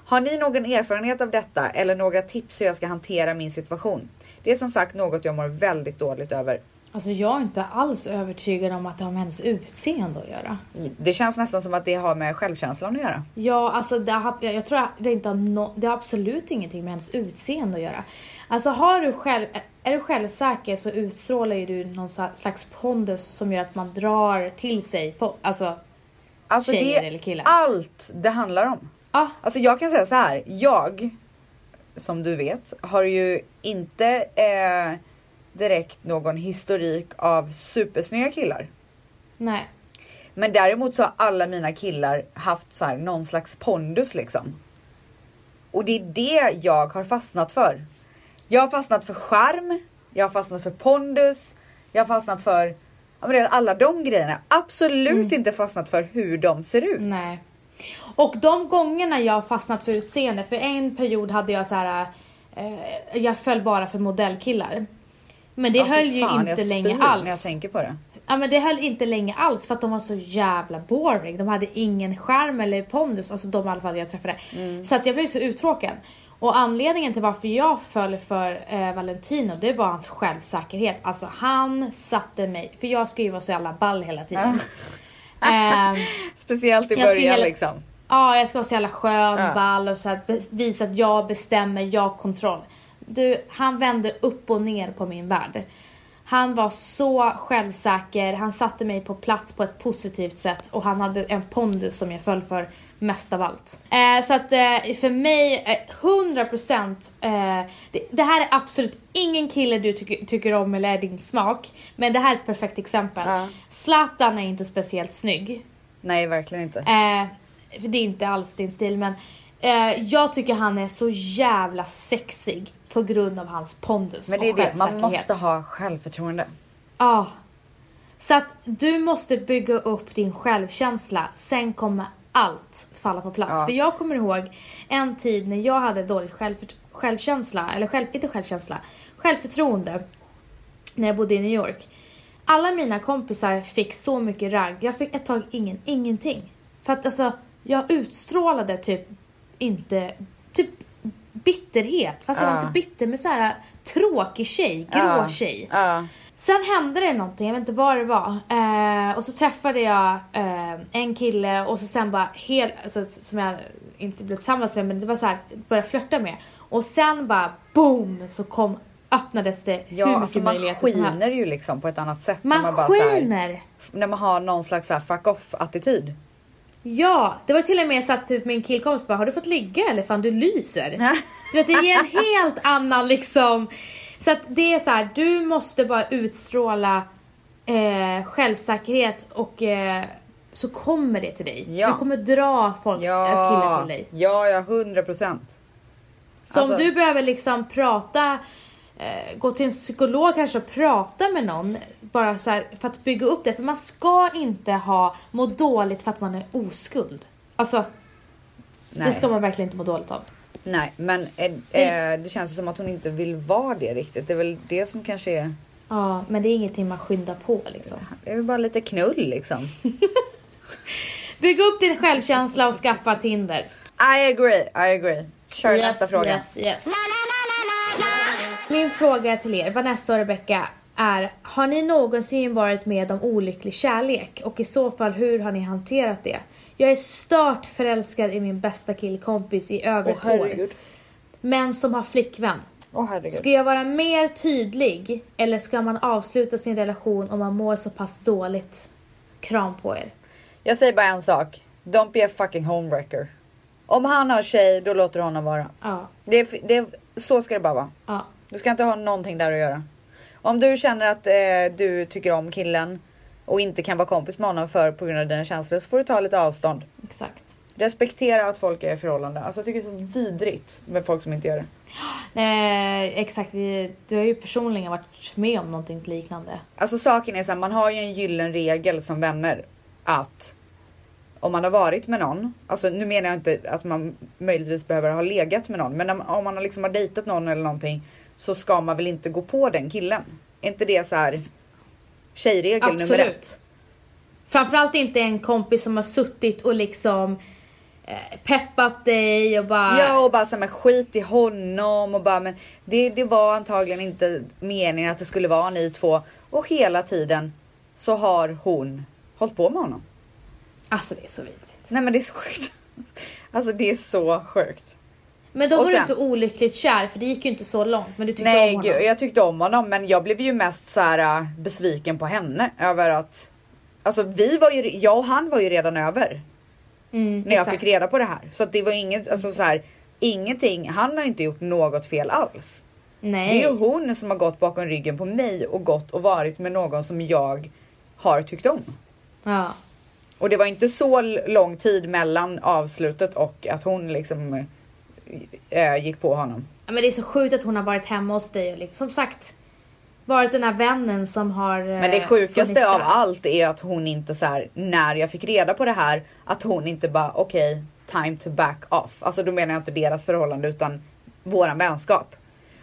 A: Har ni någon erfarenhet av detta eller några tips hur jag ska hantera min situation? Det är som sagt något jag mår väldigt dåligt över.
B: Alltså jag är inte alls övertygad om att det har med hennes utseende att göra.
A: Det känns nästan som att det har med självkänslan att göra.
B: Ja, alltså det har, jag jag tror att det inte har, nå- det har absolut ingenting med hennes utseende att göra. Alltså har du själv, är du självsäker så utstrålar ju du någon sla- slags pondus som gör att man drar till sig folk. Alltså,
A: Alltså
B: Tjejer
A: det
B: eller
A: är
B: killar?
A: allt det handlar om.
B: ja.
A: Alltså jag kan säga så här. Jag, som du vet, har ju inte eh, direkt någon historik av supersnygga killar.
B: Nej.
A: Men däremot så har alla mina killar haft så här, någon slags pondus liksom. Och det är det jag har fastnat för. Jag har fastnat för charm, jag har fastnat för pondus, jag har fastnat för ja, men det är alla de grejerna. Absolut inte fastnat för hur de ser ut.
B: Mm. Nej. Och de gångerna jag har fastnat för utseende, för en period hade jag så här, eh, jag föll bara för modellkillar. Men det
A: Ja, fy
B: höll ju
A: fan,
B: inte
A: jag
B: länge
A: spyr när jag
B: alls.
A: tänker på det.
B: Ja men det höll inte länge alls för att de var så jävla boring. De hade ingen charm eller pondus, alltså de i alla fall jag träffade.
A: Mm.
B: Så att jag blev så uttråkad. Och anledningen till varför jag föll för eh, Valentino, det var hans självsäkerhet. Alltså han satte mig, för jag ska ju vara så jävla ball hela tiden. Ehm,
A: Speciellt i
B: Jag skulle
A: början
B: hellre-
A: liksom.
B: Ja, jag ska vara så jävla skön,
A: Ja.
B: ball och så här, be- visa att jag bestämmer, jag har kontroll. Du, han vände upp och ner på min värld. Han var så självsäker, han satte mig på plats på ett positivt sätt och han hade en pondus som jag föll för mest av allt. Eh, så att eh, för mig, eh, 100% eh, det, det här är absolut ingen kille du tycker, tycker om eller är din smak. Men det här är ett perfekt exempel.
A: Ja.
B: Zlatan är inte speciellt snygg.
A: Nej, verkligen inte.
B: Eh, för det är inte alls din stil men eh, jag tycker han är så jävla sexig på grund av hans pondus
A: Men det är
B: och
A: det, man
B: självsäkerhet.
A: måste ha självförtroende.
B: Ja. Så att du måste bygga upp din självkänsla, sen kommer allt falla på plats.
A: Ja.
B: För jag kommer ihåg en tid när jag hade dålig självfört- självkänsla, eller själv, inte självkänsla, självförtroende när jag bodde i New York. Alla mina kompisar fick så mycket ragg, jag fick ett tag ingen, ingenting. För att alltså, jag utstrålade typ inte, typ bitterhet. Fast jag var
A: Ja.
B: inte bitter, men så här tråkig tjej, grå
A: Ja.
B: tjej.
A: Ja.
B: Sen hände det någonting, jag vet inte vad det var. Eh, och så träffade jag eh, en kille och så sen bara helt, alltså, som jag inte blev tillsammans med men det var så här, började flörta med. Och sen bara boom så kom, öppnades det hur
A: Ja,
B: mycket
A: alltså man
B: möjligheter som
A: skiner
B: helst.
A: ju liksom på ett annat sätt. när
B: Man,
A: bara så här-
B: skiner!
A: När man har någon slags så här fuck off attityd.
B: Ja, det var till och med så att typ min killkompis bara har du fått ligga eller fan du lyser? Du vet det ger en helt annan liksom. Så att det är så här, du måste bara utstråla eh, självsäkerhet och eh, så kommer det till dig.
A: Ja.
B: Du kommer dra folk, ja. killar
A: Ja,
B: till dig.
A: ja, ja, hundra procent.
B: Så
A: Alltså-
B: om du behöver liksom prata eh, gå till en psykolog kanske och prata med någon. Bara så här, för att bygga upp det. För man ska inte ha, må dåligt för att man är oskuld. Alltså,
A: Nej.
B: det ska man verkligen inte må dåligt av.
A: Nej, men eh, eh, det känns ju som att hon inte vill vara det riktigt. Det är väl det som kanske är...
B: Ja, men det är ingenting man skyndar på liksom.
A: Det är väl bara lite knull liksom.
B: Bygg upp din självkänsla och skaffa Tinder.
A: I agree, I agree. Kör nästa fråga.
B: Yes, yes. Min fråga till er, Vanessa och Rebecca, är har ni någonsin varit med om olycklig kärlek och i så fall hur har ni hanterat det? Jag är stört förälskad i min bästa killkompis i över
A: Åh,
B: ett år,
A: herregud.
B: men som har flickvän.
A: Åh herregud.
B: Ska jag vara mer tydlig eller ska man avsluta sin relation om man mår så pass dåligt? Kram på er.
A: Jag säger bara en sak. Don't be a fucking homewrecker. Om han har tjej, då låter du honom vara.
B: Ja,
A: Det är, det är, så ska det bara vara.
B: ja,
A: Du ska inte ha någonting där att göra. Om du känner att eh, du tycker om killen och inte kan vara kompis med honom för på grund av dina känslor så får du ta lite avstånd.
B: exakt.
A: Respektera att folk är i förhållande. Alltså jag tycker det är så vidrigt med folk som inte gör det.
B: Nej, exakt. Vi, du har ju personligen varit med om någonting liknande.
A: Alltså saken är så här, man har ju en gyllene regel som vänner att om man har varit med någon, alltså nu menar jag inte att man möjligtvis behöver ha legat med någon, men om, om man har liksom har dejtat någon eller någonting så ska man väl inte gå på den killen? Är inte det så här tjejregel nummer
B: Absolut.
A: ett?
B: Framförallt inte en kompis som har suttit och liksom eh, peppat dig och bara...
A: Ja och bara så här, men skit i honom och bara men det, det var antagligen inte meningen att det skulle vara ni två och hela tiden så har hon hållit på med honom.
B: Alltså det är så vidrigt.
A: Nej men det är så sjukt. Alltså det är så sjukt.
B: Men då
A: Och
B: var
A: sen-
B: du inte olyckligt kär för det gick ju inte så långt men du tyckte
A: Nej
B: om honom.
A: gud, jag tyckte om honom men jag blev ju mest så här äh, besviken på henne över att Alltså vi var ju, re- jag och han var ju redan över
B: Mm,
A: när jag
B: exakt.
A: fick reda på det här. Så att det var inget, alltså så här, ingenting, han har ju inte gjort något fel alls.
B: Nej.
A: Det är ju hon som har gått bakom ryggen på mig och gått och varit med någon som jag har tyckt om.
B: Ja.
A: Och det var inte så l- lång tid mellan avslutet och att hon liksom äh, gick på honom.
B: Ja, Men det är så sjukt att hon har varit hemma hos dig och liksom, som sagt varit den här vännen som har... eh,
A: Men det sjukaste av allt är att hon inte så här när jag fick reda på det här att hon inte bara okej time to back off. Alltså då menar jag inte deras förhållande utan våran vänskap.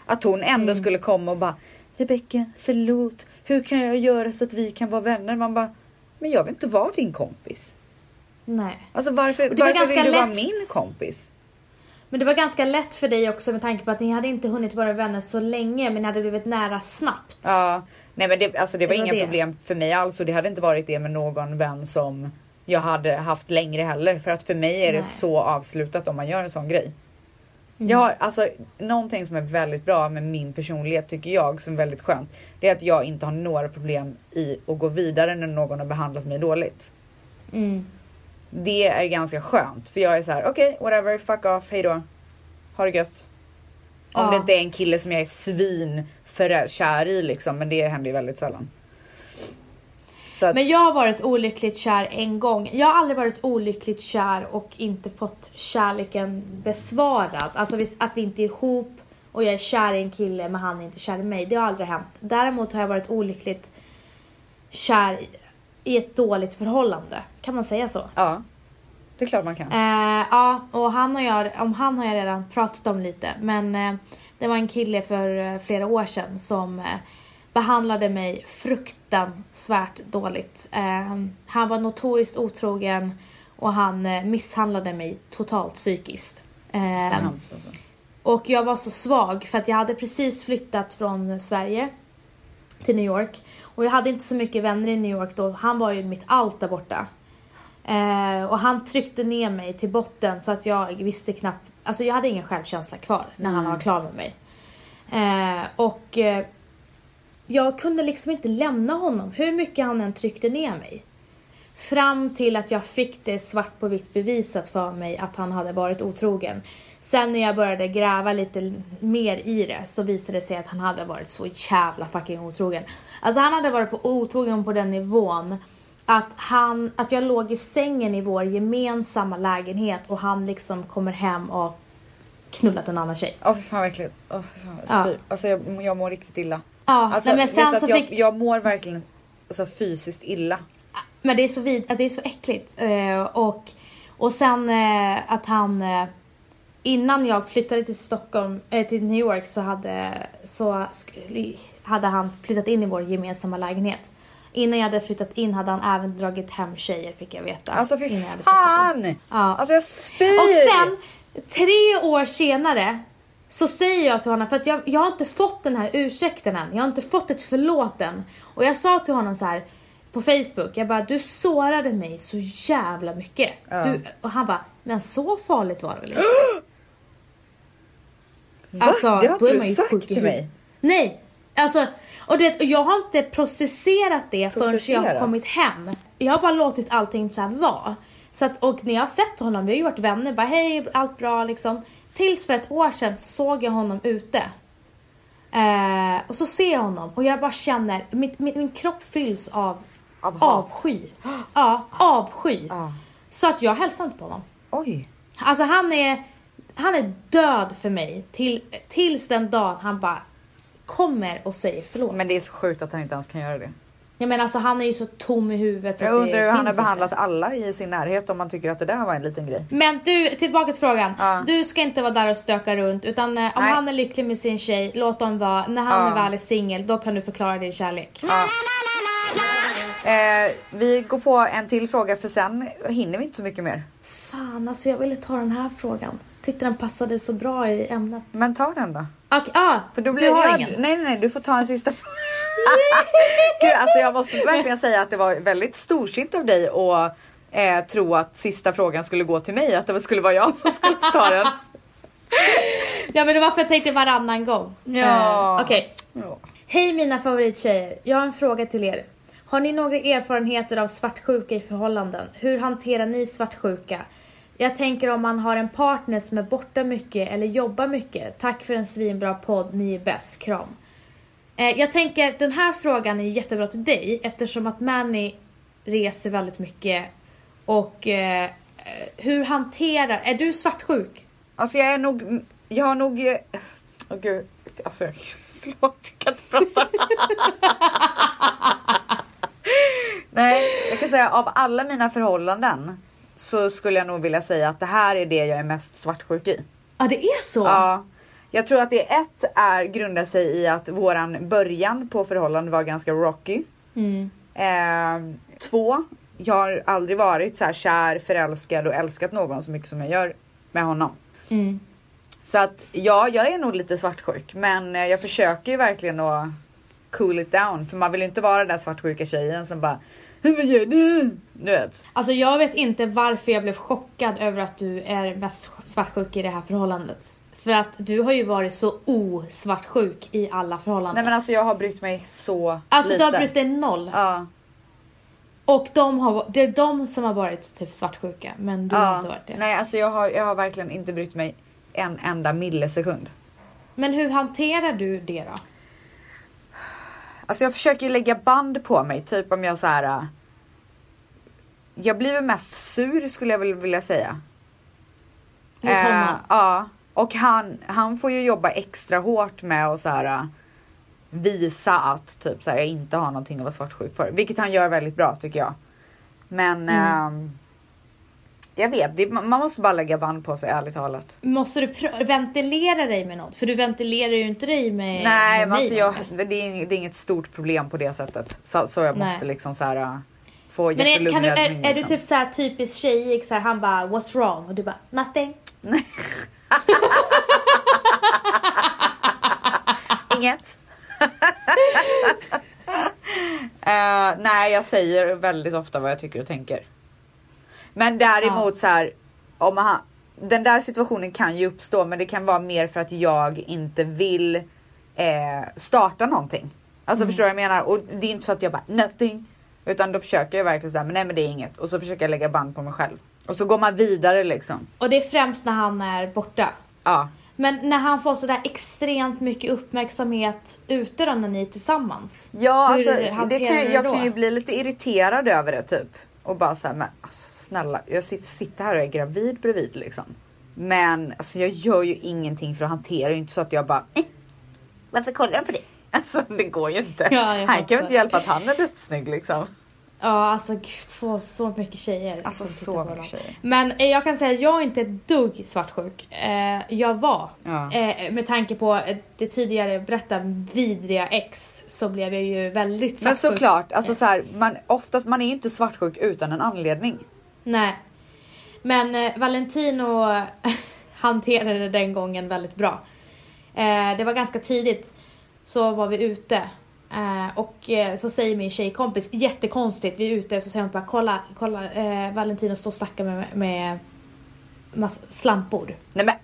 A: Att hon ändå
B: Mm.
A: skulle komma och bara Rebecka förlåt hur kan jag göra så att vi kan vara vänner? Man bara men jag vill inte vara din kompis.
B: Nej.
A: Alltså varför,
B: det var
A: varför vill
B: ganska
A: du vara
B: lätt-
A: min kompis?
B: Men det var ganska lätt för dig också med tanke på att ni hade inte hunnit vara vänner så länge men ni hade blivit nära snabbt.
A: Ja, nej men det, alltså det var
B: Det var
A: inga
B: det.
A: problem för mig alls och det hade inte varit det med någon vän som jag hade haft längre heller för att för mig är det
B: Nej. Mm.
A: så avslutat om man gör en sån grej. Jag har alltså någonting som är väldigt bra med min personlighet tycker jag som är väldigt skönt. Det är att jag inte har några problem i att gå vidare när någon har behandlat mig dåligt.
B: Mm.
A: Det är ganska skönt för jag är så här: okej whatever fuck off hejdå. Ha det gött. Om
B: Ja.
A: det inte är en kille som jag är svin kär i liksom men det händer ju väldigt sällan. Så att,
B: Men jag har varit olyckligt kär en gång. Jag har aldrig varit olyckligt kär och inte fått kärleken besvarad. Alltså vis- att vi inte är ihop och jag är kär i en kille men han är inte kär i mig. Det har aldrig hänt. Däremot har jag varit olyckligt kär i- i ett dåligt förhållande. Kan man säga så?
A: ja. Det är klart man kan.
B: Eh, ja, och han och jag, om han har jag redan pratat om lite. Men eh, det var en kille för eh, flera år sedan som eh, behandlade mig fruktansvärt dåligt. Eh, han var notoriskt otrogen och han eh, misshandlade mig totalt psykiskt. Eh,
A: Fan, hemskt alltså.
B: och jag var så svag för att jag hade precis flyttat från Sverige till New York. Och jag hade inte så mycket vänner i New York då. Han var ju mitt allt där borta. Eh, och han tryckte ner mig till botten så att jag visste knappt. Alltså jag hade ingen självkänsla kvar när han var klar med mig. Eh, och eh, jag kunde liksom inte lämna honom hur mycket han än tryckte ner mig. Fram till att jag fick det svart på vitt bevisat för mig att han hade varit otrogen. Sen när jag började gräva lite mer i det så visade det sig att han hade varit så jävla fucking otrogen. Alltså han hade varit på otrogen på den nivån att, han, att jag låg i sängen i vår gemensamma lägenhet och han liksom kommer hem och knullat en annan tjej.
A: Ja, för fan verkligen. Oh, för fan, jag
B: Ja.
A: spyr. Alltså jag, jag mår riktigt illa.
B: Ja,
A: Alltså,
B: nej, men
A: vet
B: sen
A: att
B: så
A: jag,
B: fick...
A: jag mår verkligen alltså, fysiskt illa.
B: Men det är så, vid, att det är så äckligt. Eh, och, och sen eh, att han... Eh, innan jag flyttade till Stockholm, eh, till New York så hade, så sk- hade han flyttat in i vår gemensamma lägenhet. Innan jag hade flyttat in hade han även dragit hem tjejer fick jag veta.
A: Alltså fy
B: Innan jag hade flyttat
A: fan!
B: in. Ja.
A: Alltså jag spyr!
B: Och sen, tre år senare, så säger jag till honom, för att jag, jag har inte fått den här ursäkten än. Jag har inte fått ett förlåt än. Och jag sa till honom så här på Facebook, jag bara, du sårade mig så jävla mycket.
A: Ja.
B: Du, och han bara, men så farligt var det väl inte? Alltså,
A: det har
B: då
A: inte
B: är
A: du
B: man ju
A: sagt
B: sjuk i
A: till
B: huvudet.
A: mig.
B: Nej, alltså, och, det, och jag har inte processerat det förrän jag
A: Processerat?
B: har kommit hem. Jag har bara låtit allting så här vara. Så att, och när jag har sett honom, vi har ju varit vänner, bara hej, allt bra liksom. Tills för ett år sedan så såg jag honom ute. Eh, och så ser jag honom och jag bara känner, mitt, min, min kropp fylls av
A: Av hat.
B: avsky. Ja, avsky.
A: Ja.
B: Så att jag hälsar inte på honom.
A: Ah, Oj.
B: Alltså han är, han är död för mig till, tills den dagen han bara kommer och säger förlåt.
A: Men det är så sjukt att han inte ens kan göra det.
B: Jag menar alltså han är ju så tom i huvudet så
A: Jag
B: att det
A: undrar hur han
B: finns
A: har
B: inte.
A: behandlat alla i sin närhet om man tycker att det där var en liten grej.
B: Men du, tillbaka till frågan.
A: Ja.
B: Du ska inte vara där och stöka runt utan eh, om
A: Nej.
B: han är lycklig med sin tjej, låt dem vara. När han
A: Ja.
B: är väl är singel, då kan du förklara din kärlek.
A: Ja. Eh, vi går på en till fråga för sen hinner vi inte så mycket mer.
B: Fan alltså jag ville ta den här frågan. Tyckte den passade så bra i ämnet.
A: Men ta den då.
B: Och, ah,
A: För då blir
B: du har
A: jag...
B: ingen.
A: Nej, nej, nej, du får ta en sista. Gud, alltså jag måste verkligen säga att det var väldigt storsint av dig att eh, tro att sista frågan skulle gå till mig, att det skulle vara jag som skulle ta den.
B: Ja men det var för att jag tänkte varannan gång.
A: Ja.
B: Eh, Okej.
A: Ja.
B: Hej mina favorittjejer, jag har en fråga till er. Har ni några erfarenheter av svartsjuka i förhållanden? Hur hanterar ni svartsjuka? Jag tänker om man har en partner som är borta mycket eller jobbar mycket. Tack för en svinbra podd, ni är bäst, kram. Eh, jag tänker den här frågan är jättebra till dig eftersom att Manny reser väldigt mycket och eh, eh, hur hanterar, är du svartsjuk?
A: Alltså jag är nog, jag har nog, eh, åh gud, alltså jag, förlåt jag kan inte prata. Nej, jag kan säga av alla mina förhållanden så skulle jag nog vilja säga att det här är det jag är mest svartsjuk i.
B: Ja det är så?
A: Ja. Jag tror att det ett är grundar sig i att våran början på förhållandet var ganska rocky.
B: Mm.
A: Eh, två, jag har aldrig varit så här kär, förälskad och älskat någon så mycket som jag gör med honom.
B: Mm.
A: Så att ja, jag är nog lite svartsjuk men eh, jag försöker ju verkligen att cool it down för man vill ju inte vara den där svartsjuka tjejen som bara Vad gör du? Du vet.
B: Alltså jag vet inte varför jag blev chockad över att du är mest svartsjuk i det här förhållandet. För att du har ju varit så osvartsjuk i alla förhållanden.
A: Nej men alltså jag har brytt mig så
B: alltså
A: lite.
B: du har brutit dig noll.
A: Ja.
B: Och de har, det är de som har varit typ svartsjuka men du har inte
A: ja.
B: varit det.
A: Nej alltså jag har, jag har verkligen inte brytt mig en enda millisekund.
B: Men hur hanterar du det då?
A: Alltså jag försöker ju lägga band på mig, typ om jag så här. äh, Jag blir väl mest sur skulle jag väl vilja säga. Eh,
B: Mot honom?
A: ja, och han, han får ju jobba extra hårt med att så här äh, visa att typ så här, jag inte har någonting att vara svartsjuk för, vilket han gör väldigt bra tycker jag. Men
B: Mm.
A: ehm, jag vet, det, man man måste bara lägga band på sig ärligt talat.
B: Måste du pr- ventilera dig med något? För du ventilerar ju inte dig med
A: Nej,
B: med
A: men
B: mig
A: alltså jag,
B: längre.
A: det, är, ing- det är inget stort problem på det sättet. Så, så jag måste
B: Nej.
A: liksom så här äh, få
B: Men är,
A: jättelugn
B: kan du, är,
A: räddning,
B: är du
A: liksom.
B: typ så här typiskt tjejig så här, han bara what's wrong och du bara nothing.
A: Inget. Eh, nej, jag säger väldigt ofta vad jag tycker och tänker. Men däremot så här, om han, den där situationen kan ju uppstå, men det kan vara mer för att jag inte vill eh, starta någonting. Alltså förstår du vad jag menar? Och det är inte så att jag bara nothing, utan då försöker jag verkligen säga, men nej, men det är inget. Och så försöker jag lägga band på mig själv och så går man vidare liksom.
B: Och det är främst när han är borta.
A: Ja,
B: Men när han får sådär extremt mycket uppmärksamhet ute då när ni är tillsammans.
A: Ja,
B: Hur
A: alltså, det
B: hanterar
A: kan,
B: du
A: jag-
B: det
A: jag
B: då?
A: kan ju bli lite irriterad över det typ. Och bara såhär, men alltså, snälla, jag sit- sitter här och är gravid bredvid liksom. Men alltså, jag gör ju ingenting för att hantera det. är inte så att jag bara eh, varför kollar han på det? Alltså det går ju inte.
B: Ja,
A: han
B: jag
A: kan
B: fattar.
A: ju inte hjälpa att han är dödssnygg liksom.
B: Ja, alltså gud, två, så mycket tjejer.
A: Alltså,
B: som
A: så
B: tittar på
A: mycket
B: honom.
A: tjejer.
B: Men eh, jag kan säga, jag är inte ett dugg svartsjuk. Eh, jag var.
A: Ja.
B: Eh, med tanke på eh, det tidigare berättade vidriga ex så blev jag ju väldigt
A: Men
B: svartsjuk.
A: såklart, alltså, så här, man, oftast, man är ju inte svartsjuk utan en anledning.
B: Nej. Men eh, Valentino hanterade den gången väldigt bra. Eh, det var ganska tidigt så var vi ute eh, och eh, så säger min tjejkompis, jättekonstigt, vi är ute så säger hon bara kolla, kolla eh, Valentino står och snackar med, med massa slampor.
A: Nej men,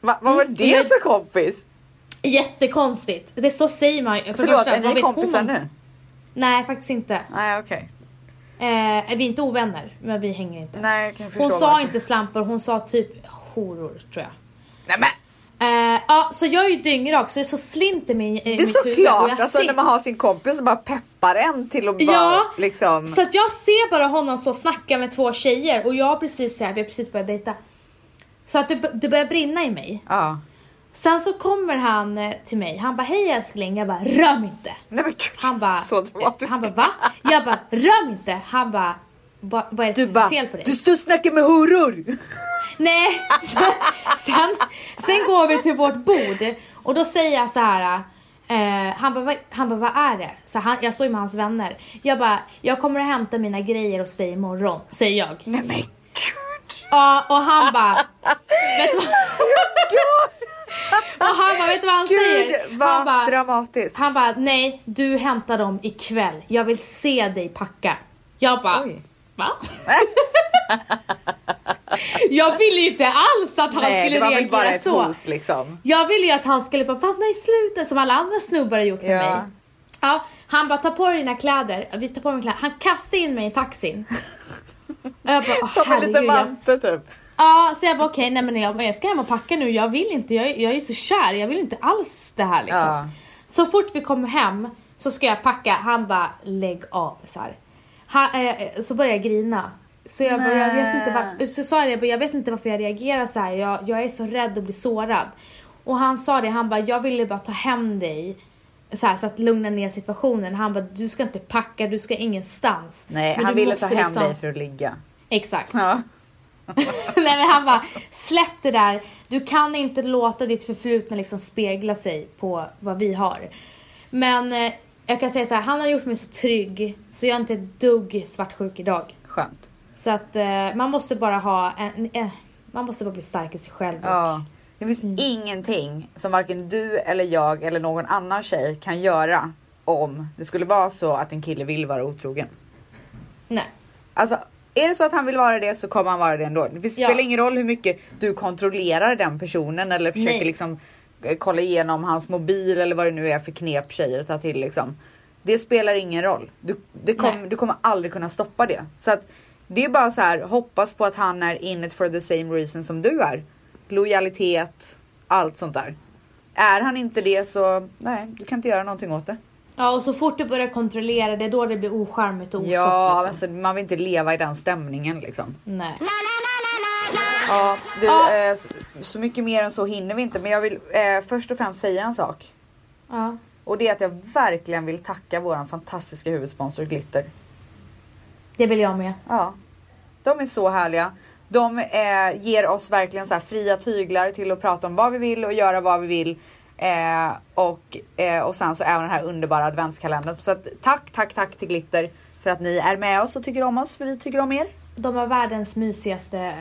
A: va, vad var
B: Mm,
A: det
B: jag-
A: för kompis?
B: Jättekonstigt! Det så säger man ju. För det
A: Förlåt,
B: första,
A: är
B: vad
A: ni
B: vet
A: kompisar
B: hon?
A: nu?
B: Nej, faktiskt inte.
A: Nej okej.
B: Eh, vi är inte ovänner, men vi hänger inte.
A: Nej jag kan förstå
B: Hon sa
A: varför.
B: inte slampor, hon sa typ horor tror jag.
A: Nej men,
B: Eh, ja, så jag är ju dyngrak så det är så slint i min, i
A: det är såklart, alltså när man har sin kompis som bara peppar en till att bara
B: Ja,
A: liksom.
B: Så att jag ser bara honom stå och snacka med två tjejer och jag har precis så här, vi har precis börjat dejta. Så att det, det börjar brinna i mig.
A: Ja.
B: Sen så kommer han eh, till mig, han bara hej älskling, jag bara rör mig inte.
A: Nej men gud,
B: Han bara,
A: så dramatiskt.
B: han bara va? Jag bara rör mig inte. Han bara "Va- vad är det
A: Du
B: för
A: bara,
B: fel på dig?
A: du står och snackar med horor!
B: Nej! sen, sen går vi till vårt bord och då säger jag så här. Eh, han bara, "Vad- han bara, vad är det? Så han, jag står ju med hans vänner. Jag bara, jag kommer att hämta mina grejer hos dig imorgon, säger jag.
A: Nej men gud!
B: Ja, och han bara, vet du vad? och han bara, vet du vad han säger?
A: Gud vad
B: Han bara,
A: dramatiskt!
B: han bara, nej, du hämtar dem ikväll. Jag vill se dig packa. Jag bara,
A: Oj.
B: va? jag ville ju inte alls att han
A: Nej
B: skulle
A: det var väl
B: reagera
A: bara ett
B: så.
A: hot liksom.
B: Jag ville ju att han skulle bara fastna i slutet som alla andra snubbar har gjort med
A: Ja.
B: mig. Ja, han bara ta på dig dina kläder. Vi tar på mig kläder. Han kastade in mig i taxin. Och jag bara,
A: Som
B: Åh,
A: en liten
B: herregud. jag-
A: vante typ.
B: Ja, så jag bara okej, nej men jag, jag ska hem och packa nu. Jag vill inte, jag, är- jag är så kär. Jag vill inte alls det här liksom.
A: Ja.
B: Så fort vi kommer hem så ska jag packa. Han bara lägg av så här. Han, eh, så började jag grina. Så jag, bara, jag vet inte varför, så sa jag det, jag bara, jag vet inte varför jag reagerar så här. Jag, jag är så rädd att bli sårad. Och han sa det, han bara jag ville bara ta hem dig. Så, här, så att lugna ner situationen. Han bara du ska inte packa, du ska ingenstans.
A: Nej
B: Men
A: han
B: du
A: ville ta
B: måste
A: hem
B: liksom-
A: dig för att ligga.
B: Exakt.
A: Ja.
B: Nej men han bara, släpp det där. Du kan inte låta ditt förflutna liksom spegla sig på vad vi har. Men eh, jag kan säga så här, han har gjort mig så trygg så jag är inte ett dugg svartsjuk idag.
A: Skönt.
B: Så att eh, man måste bara ha en, eh, man måste bara bli stark i sig själv.
A: Ja. Det finns ingenting som varken du eller jag eller någon annan tjej kan göra om det skulle vara så att en kille vill vara otrogen.
B: Nej.
A: Alltså är det så att han vill vara det så kommer han vara det ändå. Det
B: Ja.
A: spelar ingen roll hur mycket du kontrollerar den personen eller försöker
B: Nej.
A: liksom eh, kolla igenom hans mobil eller vad det nu är för knep tjejer tar till liksom. Det spelar ingen roll. Du, det kom,
B: Nej.
A: du kommer aldrig kunna stoppa det. Så att det är bara så här hoppas på att han är in it for the same reason som du är. Lojalitet, allt sånt där. Är han inte det så nej, du kan inte göra någonting åt det.
B: Ja och så fort du börjar kontrollera det är då det blir ocharmigt och osoft.
A: Ja,
B: liksom.
A: alltså, man vill inte leva i den stämningen liksom.
B: Nej.
A: Ja, du,
B: Ja.
A: eh, s- så mycket mer än så hinner vi inte. Men jag vill eh, först och främst säga en sak.
B: Ja.
A: Och det är att jag verkligen vill tacka våran fantastiska huvudsponsor Glitter.
B: Det vill jag med.
A: Ja. De är så härliga. De eh, ger oss verkligen så här fria tyglar till att prata om vad vi vill och göra vad vi vill. Eh, och, eh, och sen så även den här underbara adventskalendern. Så att, tack, tack, tack till Glitter för att ni är med oss och tycker om oss, för vi tycker om er.
B: De har världens mysigaste eh,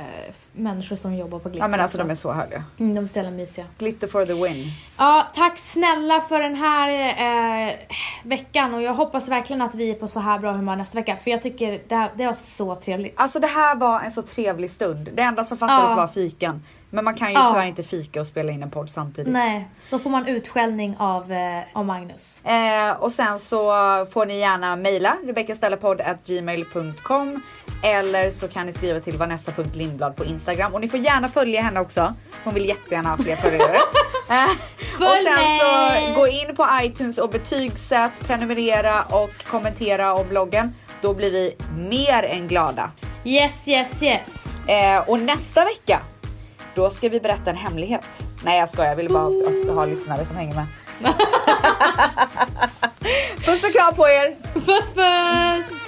B: människor som jobbar på Glitter.
A: Ja men alltså de
B: också.
A: är så härliga.
B: Mm, de är så jävla mysiga.
A: Glitter for the win.
B: Ja, tack snälla för den här eh, veckan och jag hoppas verkligen att vi är på så här bra humör nästa vecka för jag tycker det, här, det var så trevligt.
A: Alltså det här var en så trevlig stund. Det enda som fattades
B: Ja.
A: var fikan. Men man kan ju
B: Ja.
A: tyvärr inte fika och spela in en podd samtidigt.
B: Nej, då får man utskällning av, eh, av Magnus.
A: Eh, och sen så får ni gärna mejla rebeckastellapodd.gmail.com eller så kan ni skriva till Vanessa.lindblad på Instagram och ni får gärna följa henne också. Hon vill jättegärna ha fler följare. Eh, och
B: Följ
A: sen
B: mig!
A: så gå in på iTunes och betygsätt, prenumerera och kommentera om bloggen. Då blir vi mer än glada.
B: Yes, yes, yes.
A: Eh, och nästa vecka Då ska vi berätta en hemlighet. Nej jag skojar, jag vill bara ha, ha lyssnare som hänger med. Puss och kram på er!
B: Puss puss!